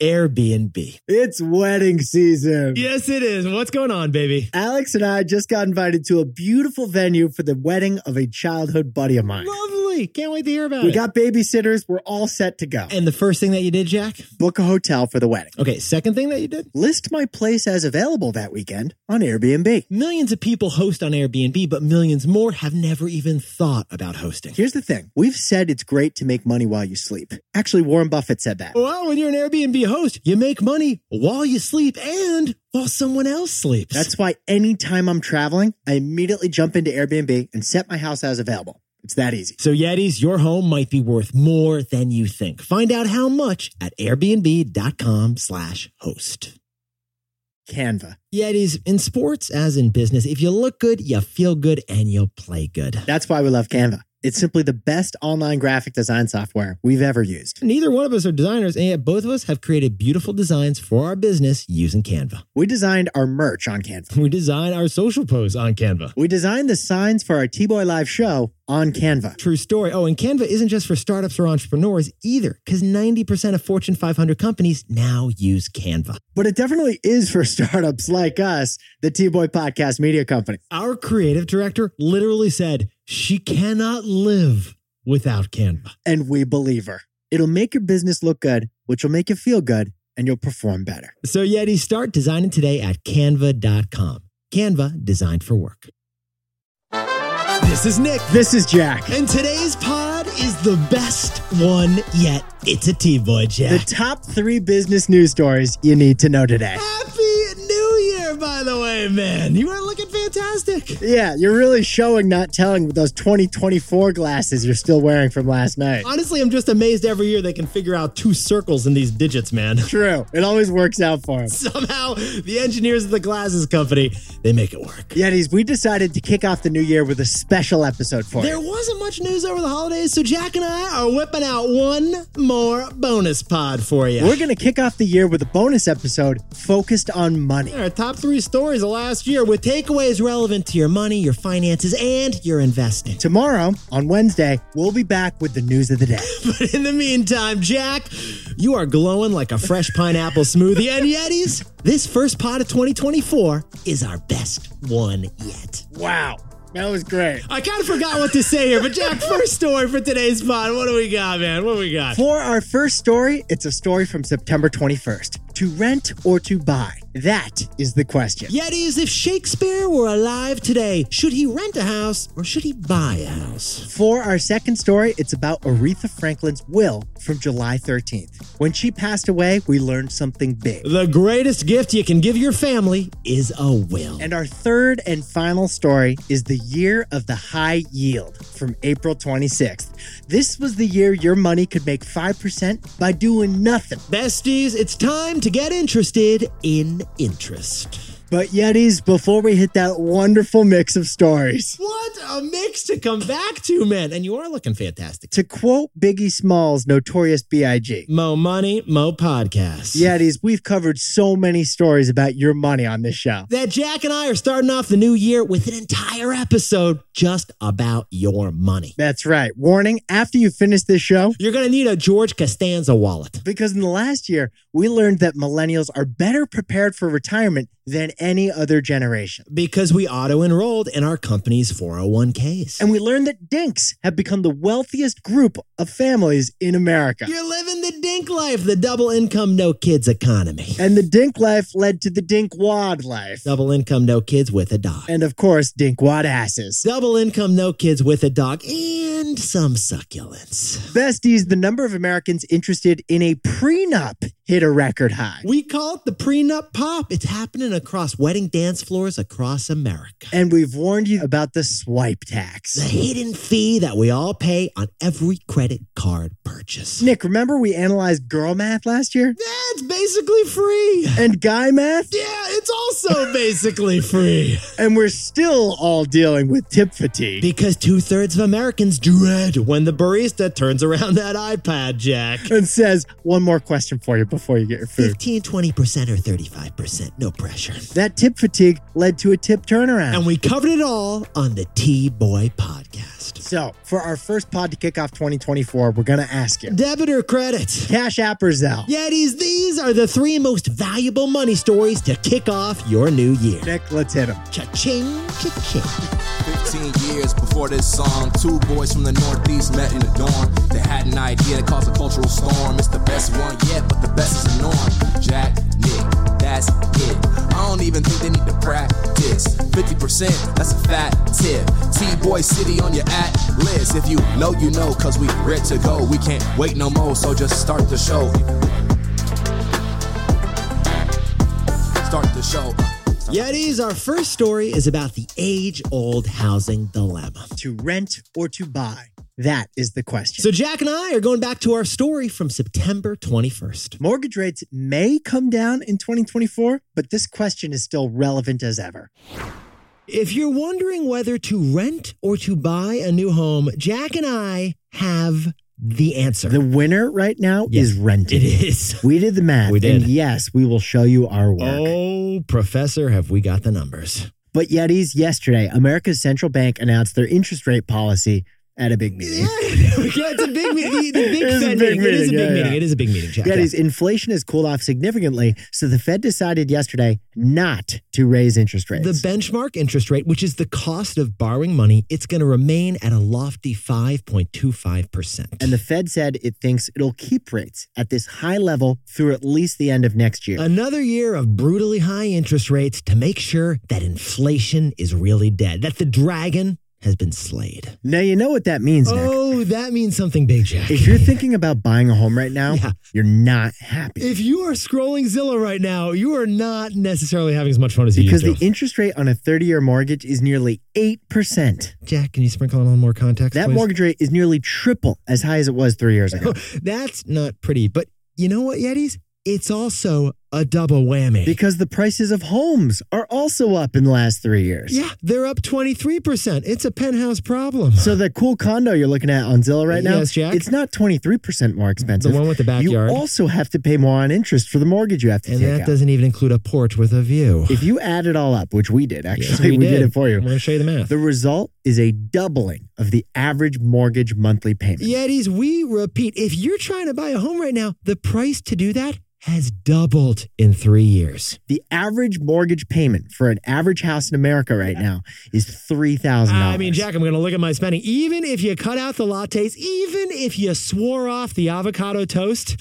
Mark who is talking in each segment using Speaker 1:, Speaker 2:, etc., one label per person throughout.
Speaker 1: Airbnb.
Speaker 2: It's wedding season.
Speaker 1: Yes, it is. What's going on, baby?
Speaker 2: Alex and I just got invited to a beautiful venue for the wedding of a childhood buddy of mine.
Speaker 1: Lovely. Can't wait to hear about
Speaker 2: We
Speaker 1: it.
Speaker 2: got babysitters. We're all set to go.
Speaker 1: and the first thing that you did, Jack?
Speaker 2: Book a hotel for the wedding.
Speaker 1: Okay, second thing that you did?
Speaker 2: List my place as available that weekend on Airbnb.
Speaker 1: Millions of people host on Airbnb, but millions more have never even thought about hosting.
Speaker 2: Here's the thing we've said it's great to make money while you sleep. Actually, Warren Buffett said that.
Speaker 1: Well, when you're an Airbnb host, you make money while you sleep and while someone else sleeps.
Speaker 2: That's why anytime I'm traveling, I immediately jump into Airbnb and set my house as available. It's that easy.
Speaker 1: so Yetis, your home might be worth more than you think. Find out how much at airbnb.com slash host.
Speaker 2: Canva.
Speaker 1: Yetis, in sports as in business, if you look good, you feel good, and you'll play good.
Speaker 2: That's why we love Canva. It's simply the best online graphic design software we've ever used.
Speaker 1: Neither one of us are designers, and yet both of us have created beautiful designs for our business using Canva.
Speaker 2: We designed our merch on Canva.
Speaker 1: We design our social posts on Canva.
Speaker 2: We designed the signs for our T Boy Live show on Canva.
Speaker 1: True story. Oh, and Canva isn't just for startups or entrepreneurs either, because 90% of Fortune 500 companies now use Canva.
Speaker 2: But it definitely is for startups like us, the T Boy Podcast Media Company.
Speaker 1: Our creative director literally said she cannot live without Canva.
Speaker 2: And we believe her. It'll make your business look good, which will make you feel good, and you'll perform better.
Speaker 1: So, Yeti, start designing today at canva.com. Canva, designed for work. This is Nick.
Speaker 2: This is Jack.
Speaker 1: And today's pod is the best one yet. It's a T Boy
Speaker 2: The
Speaker 1: Jack.
Speaker 2: top three business news stories you need to know today.
Speaker 1: Happy New Year, by the way, man. You are looking fantastic.
Speaker 2: Yeah, you're really showing, not telling with those 2024 glasses you're still wearing from last night.
Speaker 1: Honestly, I'm just amazed every year they can figure out two circles in these digits, man.
Speaker 2: True. It always works out for him.
Speaker 1: Somehow, the engineers of the glasses company, they make it work.
Speaker 2: Yetis, we decided to kick off the new year with a special episode for
Speaker 1: There
Speaker 2: you.
Speaker 1: wasn't much news over the holidays, so Jack and I are whipping out one more bonus pod for you.
Speaker 2: We're going to kick off the year with a bonus episode focused on money.
Speaker 1: our top three stories of last year with takeaways relevant to your money, your finances, and your investing.
Speaker 2: Tomorrow, on Wednesday, we'll be back with the news of the day.
Speaker 1: But in the meantime, Jack, you are glowing like a fresh pineapple smoothie. And Yetis, this first pod of 2024 is our best one yet.
Speaker 2: Wow. That was great.
Speaker 1: I kind of forgot what to say here, but Jack, first story for today's pod. What do we got, man? What do we got?
Speaker 2: For our first story, it's a story from September 21st. To rent or to buy? That is the question.
Speaker 1: Yetis, if Shakespeare were alive today, should he rent a house or should he buy a house?
Speaker 2: For our second story, it's about Aretha Franklin's will from July 13th. When she passed away, we learned something big.
Speaker 1: The greatest gift you can give your family is a will.
Speaker 2: And our third and final story is the year of the high yield from April 26th. This was the year your money could make 5% by doing nothing.
Speaker 1: Besties, it's time to get interested in interest.
Speaker 2: But Yetis, before we hit that wonderful mix of stories,
Speaker 1: What a mix to come back to, man. And you are looking fantastic.
Speaker 2: to quote Biggie Smalls, notorious B.I.G.,
Speaker 1: Mo Money, Mo Podcast.
Speaker 2: Yetis, we've covered so many stories about your money on this show.
Speaker 1: That Jack and I are starting off the new year with an entire episode just about your money.
Speaker 2: That's right. Warning after you finish this show,
Speaker 1: You're going to need a George Costanza wallet.
Speaker 2: because in the last year, we learned that millennials are better prepared for retirement than any other generation.
Speaker 1: Because we auto enrolled in our company's 401ks.
Speaker 2: And we learned that dinks have become the wealthiest group of families in America.
Speaker 1: You're living the dink life, the double income, no kids economy.
Speaker 2: And the dink life led to the dink wad life.
Speaker 1: Double income, no kids with a dog.
Speaker 2: And of course, dink wad asses.
Speaker 1: Double income, no kids with a dog, and some succulents.
Speaker 2: Besties, the number of Americans interested in a prenup hit a record high.
Speaker 1: We call it the prenup pop. It's happening across wedding dance floors across America.
Speaker 2: And we've warned you about the swipe tax.
Speaker 1: The hidden fee that we all pay on every credit card purchase.
Speaker 2: Nick, remember we analyzed girl math last year?
Speaker 1: Yeah, it's basically free.
Speaker 2: And guy math?
Speaker 1: Yeah, it's also basically free.
Speaker 2: And we're still all dealing with tip fatigue.
Speaker 1: Because two thirds of Americans dread when the barista turns around that iPad jack.
Speaker 2: and says, one more question for you before you get your food.
Speaker 1: 15, 20%, or 35%. No pressure.
Speaker 2: That tip fatigue led to a tip turnaround.
Speaker 1: And we covered it all on the T Boy podcast.
Speaker 2: so, for our first pod to kick off 2024, we're going to ask you
Speaker 1: Debit or credit?
Speaker 2: Cash App or Zelle?
Speaker 1: Yetis, these are the three most valuable money stories to kick off your new year.
Speaker 2: Nick, let's hit him.
Speaker 1: Cha-ching, cha-ching.
Speaker 3: 15 years before this song, two boys from the Northeast met in the dorm. They had an idea that caused a cultural storm. It's the best one yet, but the best is the norm. Jack, Nick, that's it. I don't even think they need to practice. 50%, that's a fat tip. T-Boy City on your at list. If you know, you know, cause we ready to go. We can't wait no more, so just start the show. Start the show.
Speaker 1: Yetis, our first story is about the age-old housing dilemma.
Speaker 2: To rent or to buy? That is the question.
Speaker 1: So Jack and I are going back to our story from September 21st.
Speaker 2: Mortgage rates may come down in 2024, but this question is still relevant as ever.
Speaker 1: If you're wondering whether to rent or to buy a new home, Jack and I have the answer.
Speaker 2: The winner right now
Speaker 1: Yeah.
Speaker 2: is
Speaker 1: it
Speaker 2: renting.
Speaker 1: is.
Speaker 2: We did the math.
Speaker 1: We did.
Speaker 2: And yes, we will show you our work.
Speaker 1: Oh, Professor, have we got the numbers?
Speaker 2: But Yetis, yesterday, America's central bank announced their interest rate policy at a big meeting.
Speaker 1: Yeah, it's a big meeting. The, the big,
Speaker 2: It is a
Speaker 1: Fed
Speaker 2: big
Speaker 1: meeting. It is
Speaker 2: meeting,
Speaker 1: a big
Speaker 2: yeah,
Speaker 1: meeting.
Speaker 2: yeah.
Speaker 1: It is a big meeting. Jack. yeah.
Speaker 2: Yetis, inflation has cooled off significantly, so the Fed decided yesterday not to raise interest rates.
Speaker 1: The benchmark interest rate, which is the cost of borrowing money, it's going to remain at a lofty 5.25%.
Speaker 2: and the Fed said it thinks it'll keep rates at this high level through at least the end of next year.
Speaker 1: Another year of brutally high interest rates to make sure that inflation is really dead, that the dragon has been slayed.
Speaker 2: now, you know what that means, Nick.
Speaker 1: Oh, that means something big, Jack.
Speaker 2: If you're thinking about buying a home right now,
Speaker 1: Yeah.
Speaker 2: you're not happy.
Speaker 1: If you are scrolling Zillow right now, you are not necessarily having as much fun as you
Speaker 2: because
Speaker 1: used to.
Speaker 2: the interest rate on a 30 year mortgage is nearly 8%.
Speaker 1: Jack, can you sprinkle in a little more context?
Speaker 2: That
Speaker 1: please?
Speaker 2: mortgage rate is nearly triple as high as it was three years ago.
Speaker 1: That's not pretty. But you know what, Yetis? It's also a double whammy.
Speaker 2: Because the prices of homes are also up in the last three years.
Speaker 1: yeah, they're up 23%. It's a penthouse problem.
Speaker 2: So the cool condo you're looking at on Zillow right now,
Speaker 1: Yes, Jack?
Speaker 2: it's not 23% more
Speaker 1: the
Speaker 2: expensive.
Speaker 1: one with the backyard.
Speaker 2: You also have to pay more on interest for the mortgage you have to
Speaker 1: and
Speaker 2: take
Speaker 1: that
Speaker 2: out.
Speaker 1: doesn't even include a porch with a view.
Speaker 2: if you add it all up, which we did actually,
Speaker 1: Yes,
Speaker 2: we, did. it for
Speaker 1: I'm
Speaker 2: you.
Speaker 1: going to show you the math.
Speaker 2: The result is a doubling of the average mortgage monthly payment.
Speaker 1: Yetis, we repeat, if you're trying to buy a home right now, the price to do that has doubled in three years.
Speaker 2: The average mortgage payment for an average house in America right now is $3,000.
Speaker 1: I mean, Jack, I'm going to look at my spending. Even if you cut out the lattes, even if you swore off the avocado toast,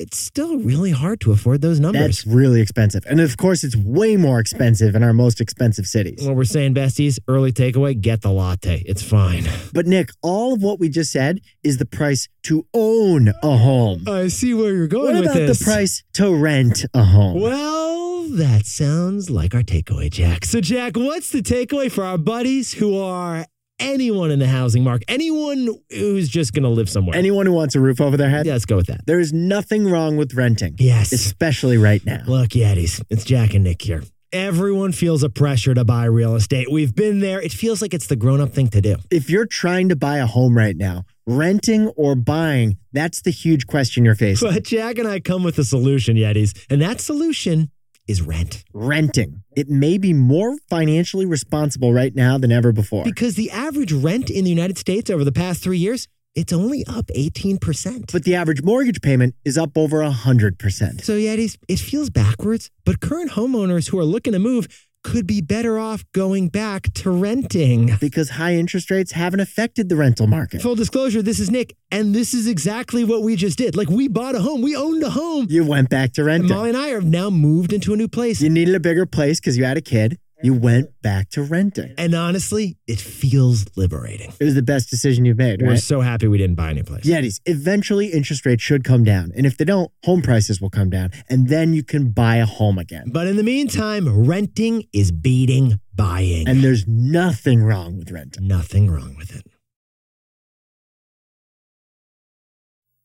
Speaker 1: it's still really hard to afford those numbers.
Speaker 2: That's really expensive. And of course, it's way more expensive in our most expensive cities.
Speaker 1: What we're saying, besties, early takeaway, get the latte. It's fine.
Speaker 2: But Nick, all of what we just said is the price to own a home.
Speaker 1: I see where you're
Speaker 2: What
Speaker 1: going with
Speaker 2: about
Speaker 1: Oh, this.
Speaker 2: the price to rent a home?
Speaker 1: Well, that sounds like our takeaway, Jack. So, Jack, what's the takeaway for our buddies who are anyone in the housing market, anyone who's just going to live somewhere?
Speaker 2: Anyone who wants a roof over their head,
Speaker 1: yeah, let's go with that.
Speaker 2: there is nothing wrong with renting,
Speaker 1: Yes.
Speaker 2: especially right now.
Speaker 1: Look, Yetis, it's Jack and Nick here. Everyone feels a pressure to buy real estate. We've been there. It feels like it's the grown up thing to do.
Speaker 2: If you're trying to buy a home right now, renting or buying, that's the huge question you're facing.
Speaker 1: But Jack and I come with a solution, Yetis, and that solution is rent.
Speaker 2: renting. It may be more financially responsible right now than ever before.
Speaker 1: Because the average rent in the United States over the past three years, it's only up 18%.
Speaker 2: But the average mortgage payment is up over 100%.
Speaker 1: So Yetis, it feels backwards, but current homeowners who are looking to move could be better off going back to renting.
Speaker 2: Because high interest rates haven't affected the rental market.
Speaker 1: Full disclosure, this is Nick, and this is exactly what we just did. Like we bought a home, we owned a home.
Speaker 2: You went back to
Speaker 1: And
Speaker 2: renting.
Speaker 1: Molly and I have now moved into a new place.
Speaker 2: You needed a bigger place because you had a kid. You went back to renting.
Speaker 1: And honestly, it feels liberating.
Speaker 2: It was the best decision you've made,
Speaker 1: We're
Speaker 2: right?
Speaker 1: so happy we didn't buy a new place.
Speaker 2: Yetis, eventually interest rates should come down. And if they don't, home prices will come down. And then you can buy a home again.
Speaker 1: But in the meantime, renting is beating buying.
Speaker 2: And there's nothing wrong with renting.
Speaker 1: Nothing wrong with it.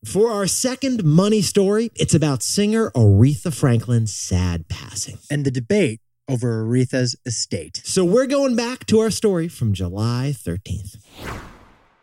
Speaker 1: For our second money story, it's about singer Aretha Franklin's sad passing.
Speaker 2: And the debate over Aretha's estate.
Speaker 1: So we're going back to our story from July 13th.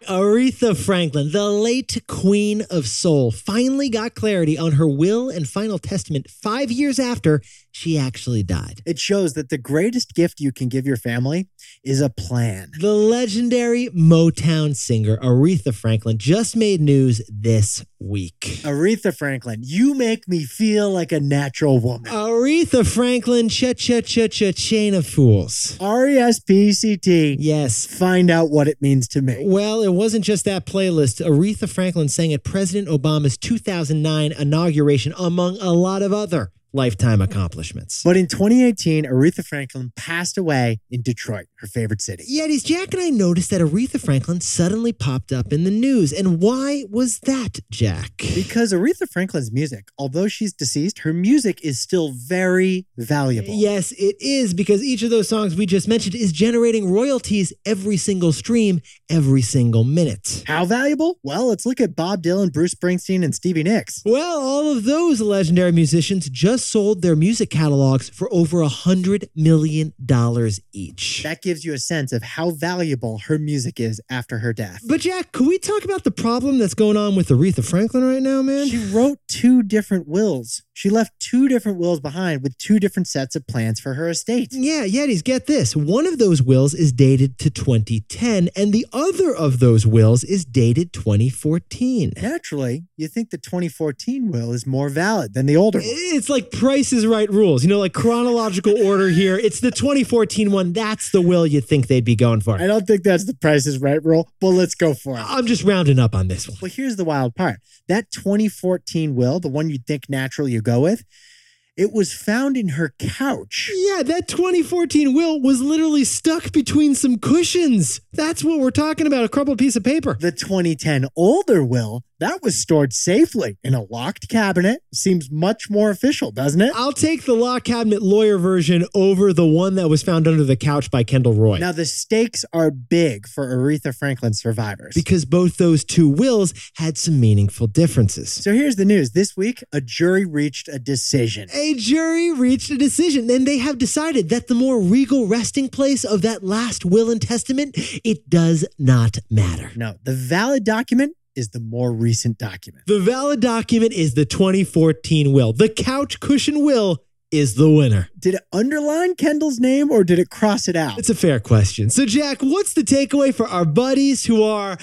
Speaker 1: Aretha Franklin, the late queen of soul, finally got clarity on her will and final testament five years after she actually died.
Speaker 2: It shows that the greatest gift you can give your family is a plan.
Speaker 1: The legendary Motown singer Aretha Franklin just made news this week.
Speaker 2: Aretha Franklin, you make me feel like a natural woman.
Speaker 1: Uh, Aretha Franklin, cha cha cha cha chain of fools.
Speaker 2: R E S P C T.
Speaker 1: Yes.
Speaker 2: Find out what it means to me.
Speaker 1: Well, it wasn't just that playlist. Aretha Franklin sang at President Obama's 2009 inauguration, among a lot of other lifetime accomplishments.
Speaker 2: But in 2018, Aretha Franklin passed away in Detroit, her favorite city.
Speaker 1: Yetis, Jack and I noticed that Aretha Franklin suddenly popped up in the news. And why was that, Jack?
Speaker 2: Because Aretha Franklin's music, although she's deceased, her music is still very valuable.
Speaker 1: Yes, it is because each of those songs we just mentioned is generating royalties every single stream, every single minute.
Speaker 2: How valuable? Well, let's look at Bob Dylan, Bruce Springsteen, and Stevie Nicks.
Speaker 1: Well, all of those legendary musicians just sold their music catalogs for over a $100 million each.
Speaker 2: That gives you a sense of how valuable her music is after her death.
Speaker 1: But, Jack, could we talk about the problem that's going on with Aretha Franklin right now, man?
Speaker 2: She wrote two different wills. She left two different wills behind with two different sets of plans for her estate.
Speaker 1: Yeah, Yetis, get this. One of those wills is dated to 2010, and the other of those wills is dated 2014.
Speaker 2: Naturally, you think the 2014 will is more valid than the older one.
Speaker 1: It's like Price is Right rules, you know, like chronological order here. It's the 2014 one. That's the will you think they'd be going for.
Speaker 2: I don't think that's the price is right rule, but let's go for it.
Speaker 1: I'm just rounding up on this one.
Speaker 2: Well, here's the wild part. That 2014 will, the one you'd think naturally you go with, it was found in her couch.
Speaker 1: Yeah, that 2014 will was literally stuck between some cushions. That's what we're talking about a crumpled piece of paper.
Speaker 2: The 2010 older will, that was stored safely in a locked cabinet. Seems much more official, doesn't it?
Speaker 1: I'll take the law cabinet lawyer version over the one that was found under the couch by Kendall Roy.
Speaker 2: Now, the stakes are big for Aretha Franklin survivors.
Speaker 1: because both those two wills had some meaningful differences.
Speaker 2: so here's the news. This week, a jury reached a decision.
Speaker 1: A jury reached a decision, and they have decided that the more regal resting place of that last will and testament, it does not matter.
Speaker 2: No, the valid document is the more recent document.
Speaker 1: The valid document is the 2014 will. The couch cushion will is the winner.
Speaker 2: Did it underline Kendall's name or did it cross it out?
Speaker 1: It's a fair question. So, Jack, what's the takeaway for our buddies who are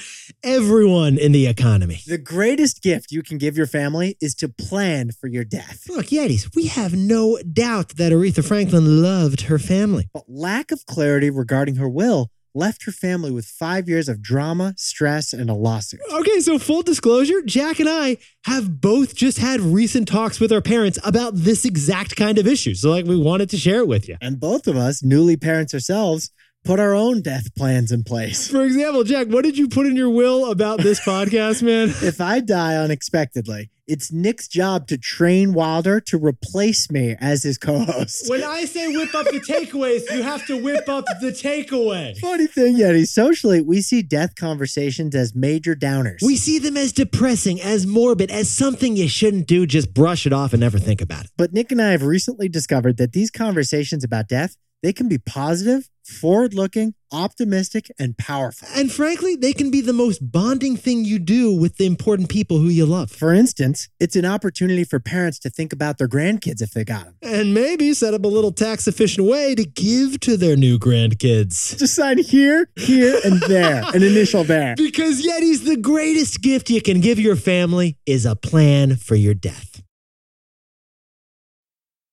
Speaker 1: everyone in the economy?
Speaker 2: The greatest gift you can give your family is to plan for your death.
Speaker 1: Look, Yetis, we have no doubt that Aretha Franklin loved her family.
Speaker 2: But lack of clarity regarding her will left her family with five years of drama, stress, and a lawsuit.
Speaker 1: Okay, so full disclosure, Jack and I have both just had recent talks with our parents about this exact kind of issue. So, like, we wanted to share it with you.
Speaker 2: And both of us, newly parents ourselves, put our own death plans in place.
Speaker 1: For example, Jack, what did you put in your will about this podcast, man?
Speaker 2: If I die unexpectedly, it's Nick's job to train Wilder to replace me as his co host.
Speaker 1: When I say whip up the takeaways, you have to whip up the takeaway.
Speaker 2: Funny thing, Yeti, socially, we see death conversations as major downers.
Speaker 1: We see them as depressing, as morbid, as something you shouldn't do. Just brush it off and never think about it.
Speaker 2: But Nick and I have recently discovered that these conversations about death, they can be positive, forward-looking, optimistic, and powerful.
Speaker 1: And frankly, they can be the most bonding thing you do with the important people who you love.
Speaker 2: For instance, it's an opportunity for parents to think about their grandkids if they got them.
Speaker 1: and maybe set up a little tax efficient way to give to their new grandkids.
Speaker 2: Just sign here, here, and there, an initial there.
Speaker 1: Because Yeti's the greatest gift you can give your family is a plan for your death.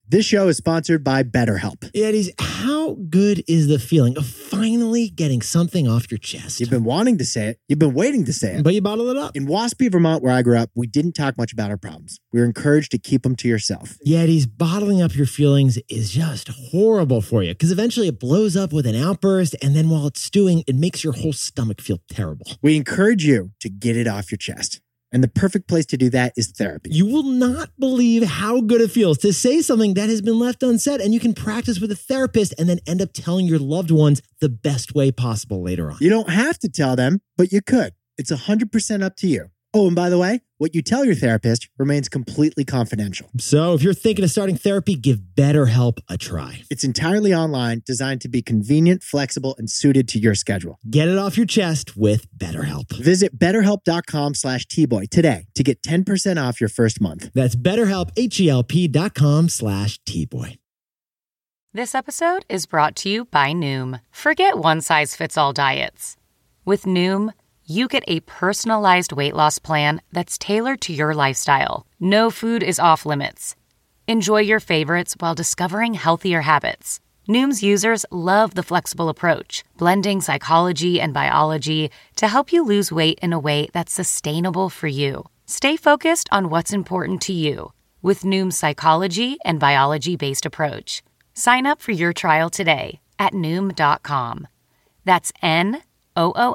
Speaker 2: This show is sponsored by BetterHelp.
Speaker 1: Yeti's, how good is the feeling of finally getting something off your chest.
Speaker 2: You've been wanting to say it. You've been waiting to say it.
Speaker 1: But you bottle it up.
Speaker 2: In Waspy, Vermont, where I grew up, we didn't talk much about our problems. We were encouraged to keep them to yourself.
Speaker 1: Yetis bottling up your feelings is just horrible for you because eventually it blows up with an outburst. And then while it's stewing, it makes your whole stomach feel terrible.
Speaker 2: We encourage you to get it off your chest. And the perfect place to do that is therapy.
Speaker 1: You will not believe how good it feels to say something that has been left unsaid, and you can practice with a therapist and then end up telling your loved ones the best way possible later on.
Speaker 2: You don't have to tell them, but you could. It's 100% up to you. Oh, and by the way, what you tell your therapist remains completely confidential.
Speaker 1: So if you're thinking of starting therapy, give BetterHelp a try.
Speaker 2: It's entirely online, designed to be convenient, flexible, and suited to your schedule.
Speaker 1: Get it off your chest with BetterHelp.
Speaker 2: Visit betterhelp.com slash tboy today to get 10% off your first month.
Speaker 1: That's BetterHelp, H-E-L-P dot com slash T-Boy.
Speaker 4: This episode is brought to you by Noom. Forget one size fits all diets. With Noom, you get a personalized weight loss plan that's tailored to your lifestyle. No food is off limits. Enjoy your favorites while discovering healthier habits. Noom's users love the flexible approach, blending psychology and biology to help you lose weight in a way that's sustainable for you. Stay focused on what's important to you with Noom's psychology and biology based approach. Sign up for your trial today at Noom.com. That's N O O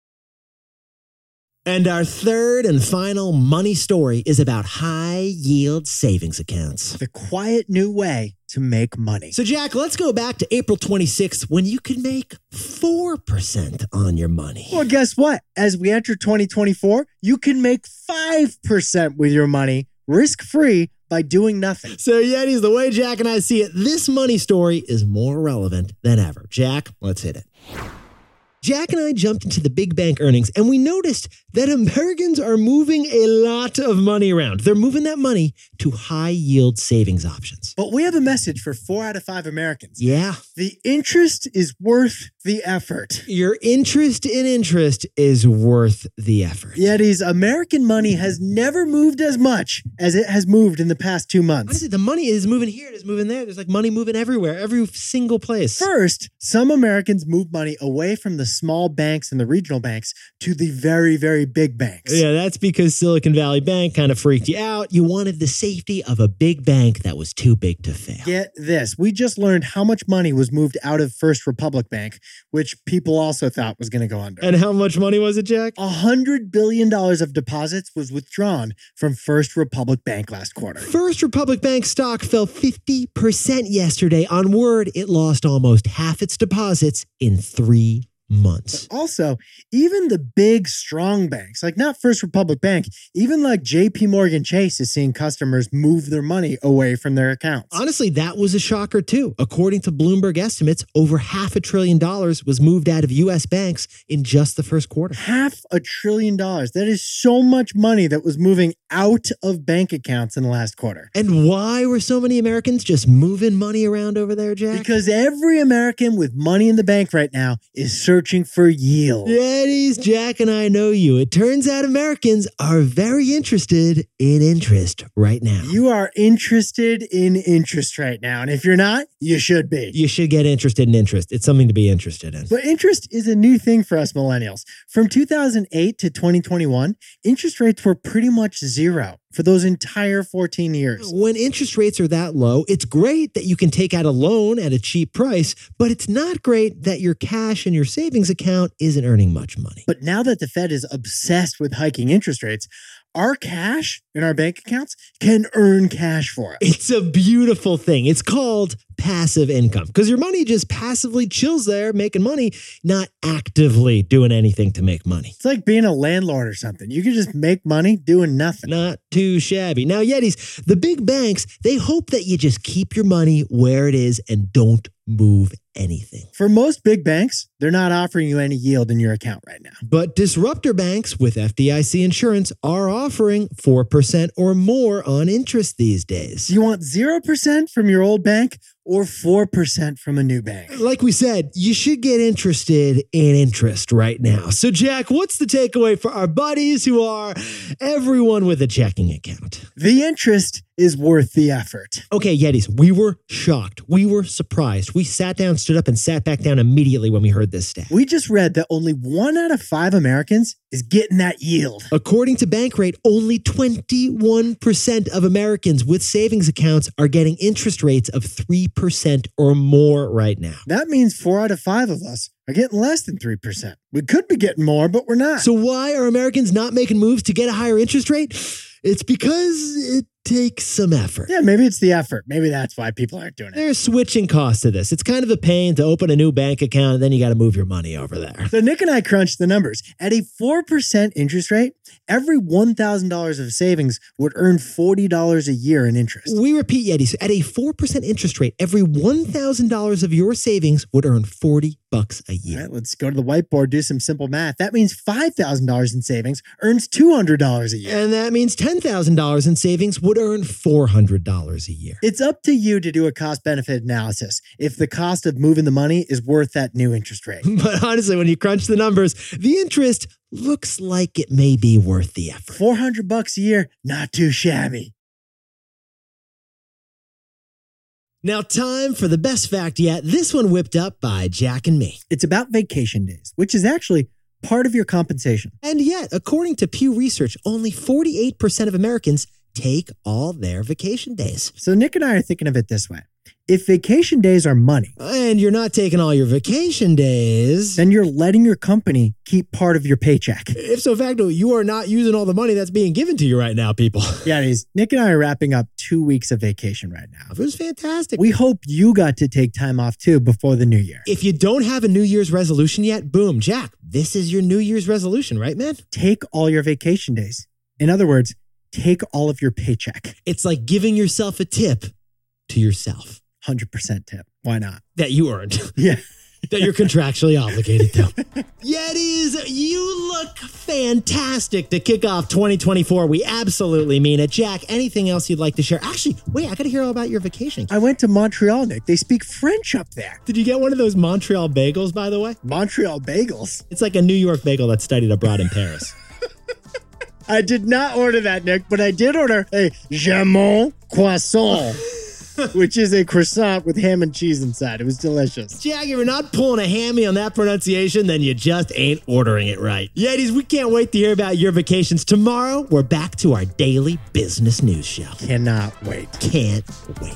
Speaker 1: And our third and final money story is about high yield savings accounts.
Speaker 2: The quiet new way to make money.
Speaker 1: So, Jack, let's go back to April 26th when you could make 4% on your money.
Speaker 2: Well, guess what? As we enter 2024, you can make 5% with your money risk free by doing nothing.
Speaker 1: So, Yetis, the way Jack and I see it, this money story is more relevant than ever. Jack, let's hit it. Jack and I jumped into the big bank earnings and we noticed that Americans are moving a lot of money around. They're moving that money to high yield savings options.
Speaker 2: But we have a message for four out of five Americans.
Speaker 1: Yeah.
Speaker 2: The interest is worth the effort.
Speaker 1: Your interest in interest is worth the effort.
Speaker 2: Yetis, American money has never moved as much as it has moved in the past two months.
Speaker 1: Honestly, the money is moving here, it is moving there. There's like money moving everywhere, every single place.
Speaker 2: First, some Americans move money away from the small banks and the regional banks to the very, very big banks.
Speaker 1: Yeah, that's because Silicon Valley Bank kind of freaked you out. You wanted the safety of a big bank that was too big to fail.
Speaker 2: Get this. We just learned how much money was moved out of First Republic Bank, which people also thought was going to go under.
Speaker 1: And how much money was it, Jack?
Speaker 2: $100 billion of deposits was withdrawn from First Republic Bank last quarter.
Speaker 1: First Republic Bank stock fell 50% yesterday. On word, it lost almost half its deposits in three months.
Speaker 2: Also, even the big strong banks, like not First Republic Bank, even like JP Morgan Chase is seeing customers move their money away from their accounts.
Speaker 1: Honestly, that was a shocker too. According to Bloomberg estimates, over half a trillion dollars was moved out of US banks in just the first quarter.
Speaker 2: Half a trillion dollars. That is so much money that was moving out of bank accounts in the last quarter.
Speaker 1: And why were so many Americans just moving money around over there, Jack?
Speaker 2: Because every American with money in the bank right now is searching for yield.
Speaker 1: Yetis, Jack and I know you. It turns out Americans are very interested in interest right now.
Speaker 2: You are interested in interest right now. And if you're not, you should be.
Speaker 1: You should get interested in interest. It's something to be interested in.
Speaker 2: But interest is a new thing for us millennials. From 2008 to 2021, interest rates were pretty much zero for those entire 14 years.
Speaker 1: When interest rates are that low, it's great that you can take out a loan at a cheap price, but it's not great that your cash in your savings account isn't earning much money.
Speaker 2: But now that the Fed is obsessed with hiking interest rates, our cash in our bank accounts can earn cash for us.
Speaker 1: It's a beautiful thing. It's called passive income because your money just passively chills there making money, not actively doing anything to make money.
Speaker 2: It's like being a landlord or something. You can just make money doing nothing.
Speaker 1: Not too shabby. Now, Yetis, the big banks, they hope that you just keep your money where it is and don't move anything.
Speaker 2: For most big banks, they're not offering you any yield in your account right now.
Speaker 1: But disruptor banks with FDIC insurance are offering 4% or more on interest these days.
Speaker 2: You want 0% from your old bank? or 4% from a new bank.
Speaker 1: Like we said, you should get interested in interest right now. So, Jack, what's the takeaway for our buddies who are everyone with a checking account?
Speaker 2: The interest is worth the effort.
Speaker 1: Okay, Yetis, we were shocked. We were surprised. We sat down, stood up, and sat back down immediately when we heard this stat.
Speaker 2: We just read that only one out of five Americans is getting that yield.
Speaker 1: According to Bankrate, only 21% of Americans with savings accounts are getting interest rates of 3% or more right now.
Speaker 2: That means four out of five of us are getting less than 3%. We could be getting more, but we're not.
Speaker 1: So, why are Americans not making moves to get a higher interest rate? It's because it takes some effort.
Speaker 2: yeah, maybe it's the effort. Maybe that's why people aren't doing it.
Speaker 1: There's switching costs to this. It's kind of a pain to open a new bank account and then you got to move your money over there.
Speaker 2: So Nick and I crunched the numbers. At a 4% interest rate, every $1,000 of savings would earn $40 a year in interest.
Speaker 1: We repeat, Yetis, at a 4% interest rate, every $1,000 of your savings would earn 40 bucks a
Speaker 2: All
Speaker 1: year.
Speaker 2: right, let's go to the whiteboard, do some simple math. That means $5,000 in savings earns $200 a year.
Speaker 1: And that means $10,000 in savings would earn $400 a year.
Speaker 2: It's up to you to do a cost benefit analysis if the cost of moving the money is worth that new interest rate.
Speaker 1: But honestly, when you crunch the numbers, the interest looks like it may be worth the effort.
Speaker 2: 400 bucks a year, not too shabby.
Speaker 1: Now, time for the best fact yet. This one whipped up by Jack and me.
Speaker 2: It's about vacation days, which is actually part of your compensation.
Speaker 1: And yet, according to Pew Research, only 48% of Americans take all their vacation days.
Speaker 2: So Nick and I are thinking of it this way. If vacation days are money,
Speaker 1: And you're not taking all your vacation days.
Speaker 2: then you're letting your company keep part of your paycheck.
Speaker 1: If so facto, you are not using all the money that's being given to you right now, people.
Speaker 2: Yeah, these Nick and I are wrapping up two weeks of vacation right now.
Speaker 1: It was fantastic.
Speaker 2: We hope you got to take time off too before the new year.
Speaker 1: if you don't have a New Year's resolution yet, boom, Jack, this is your New Year's resolution, right, man?
Speaker 2: Take all your vacation days. In other words, take all of your paycheck.
Speaker 1: It's like giving yourself a tip to yourself
Speaker 2: 100% tip. Why not?
Speaker 1: that you earned,
Speaker 2: Yeah.
Speaker 1: that you're contractually obligated to. Yetis, you look fantastic to kick off 2024. We absolutely mean it. Jack, anything else you'd like to share? Actually, wait, I got to hear all about your vacation.
Speaker 2: I went to Montreal, Nick. They speak French up there.
Speaker 1: Did you get one of those Montreal bagels, by the way?
Speaker 2: Montreal bagels.
Speaker 1: It's like a New York bagel that's studied abroad in Paris.
Speaker 2: I did not order that, Nick, but I did order a jamon croissant, which is a croissant with ham and cheese inside. It was delicious.
Speaker 1: Jack, if you're not pulling a hammy on that pronunciation, then you just ain't ordering it right. Yetis, we can't wait to hear about your vacations. Tomorrow, we're back to our daily business news show.
Speaker 2: Cannot wait.
Speaker 1: Can't wait.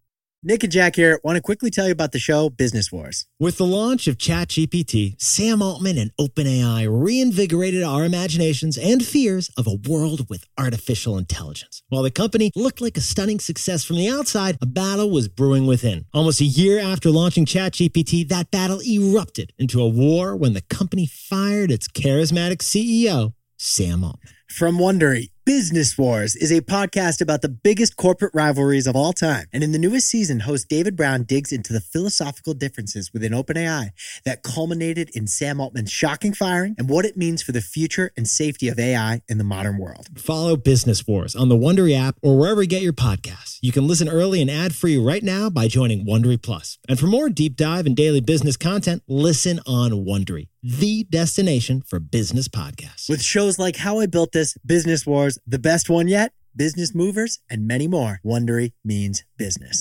Speaker 2: Nick and Jack here want to quickly tell you about the show Business Wars.
Speaker 1: With the launch of ChatGPT, Sam Altman and OpenAI reinvigorated our imaginations and fears of a world with artificial intelligence. While the company looked like a stunning success from the outside, a battle was brewing within. Almost a year after launching ChatGPT, that battle erupted into a war when the company fired its charismatic CEO, Sam Altman.
Speaker 2: From Wondery, Business Wars is a podcast about the biggest corporate rivalries of all time. And in the newest season, host David Brown digs into the philosophical differences within OpenAI that culminated in Sam Altman's shocking firing and what it means for the future and safety of AI in the modern world.
Speaker 1: Follow Business Wars on the Wondery app or wherever you get your podcasts. You can listen early and ad-free right now by joining Wondery Plus. And for more deep dive and daily business content, listen on Wondery, the destination for business podcasts.
Speaker 2: With shows like How I Built This, Business Wars, The Best One Yet, Business Movers, and many more, Wondery means business.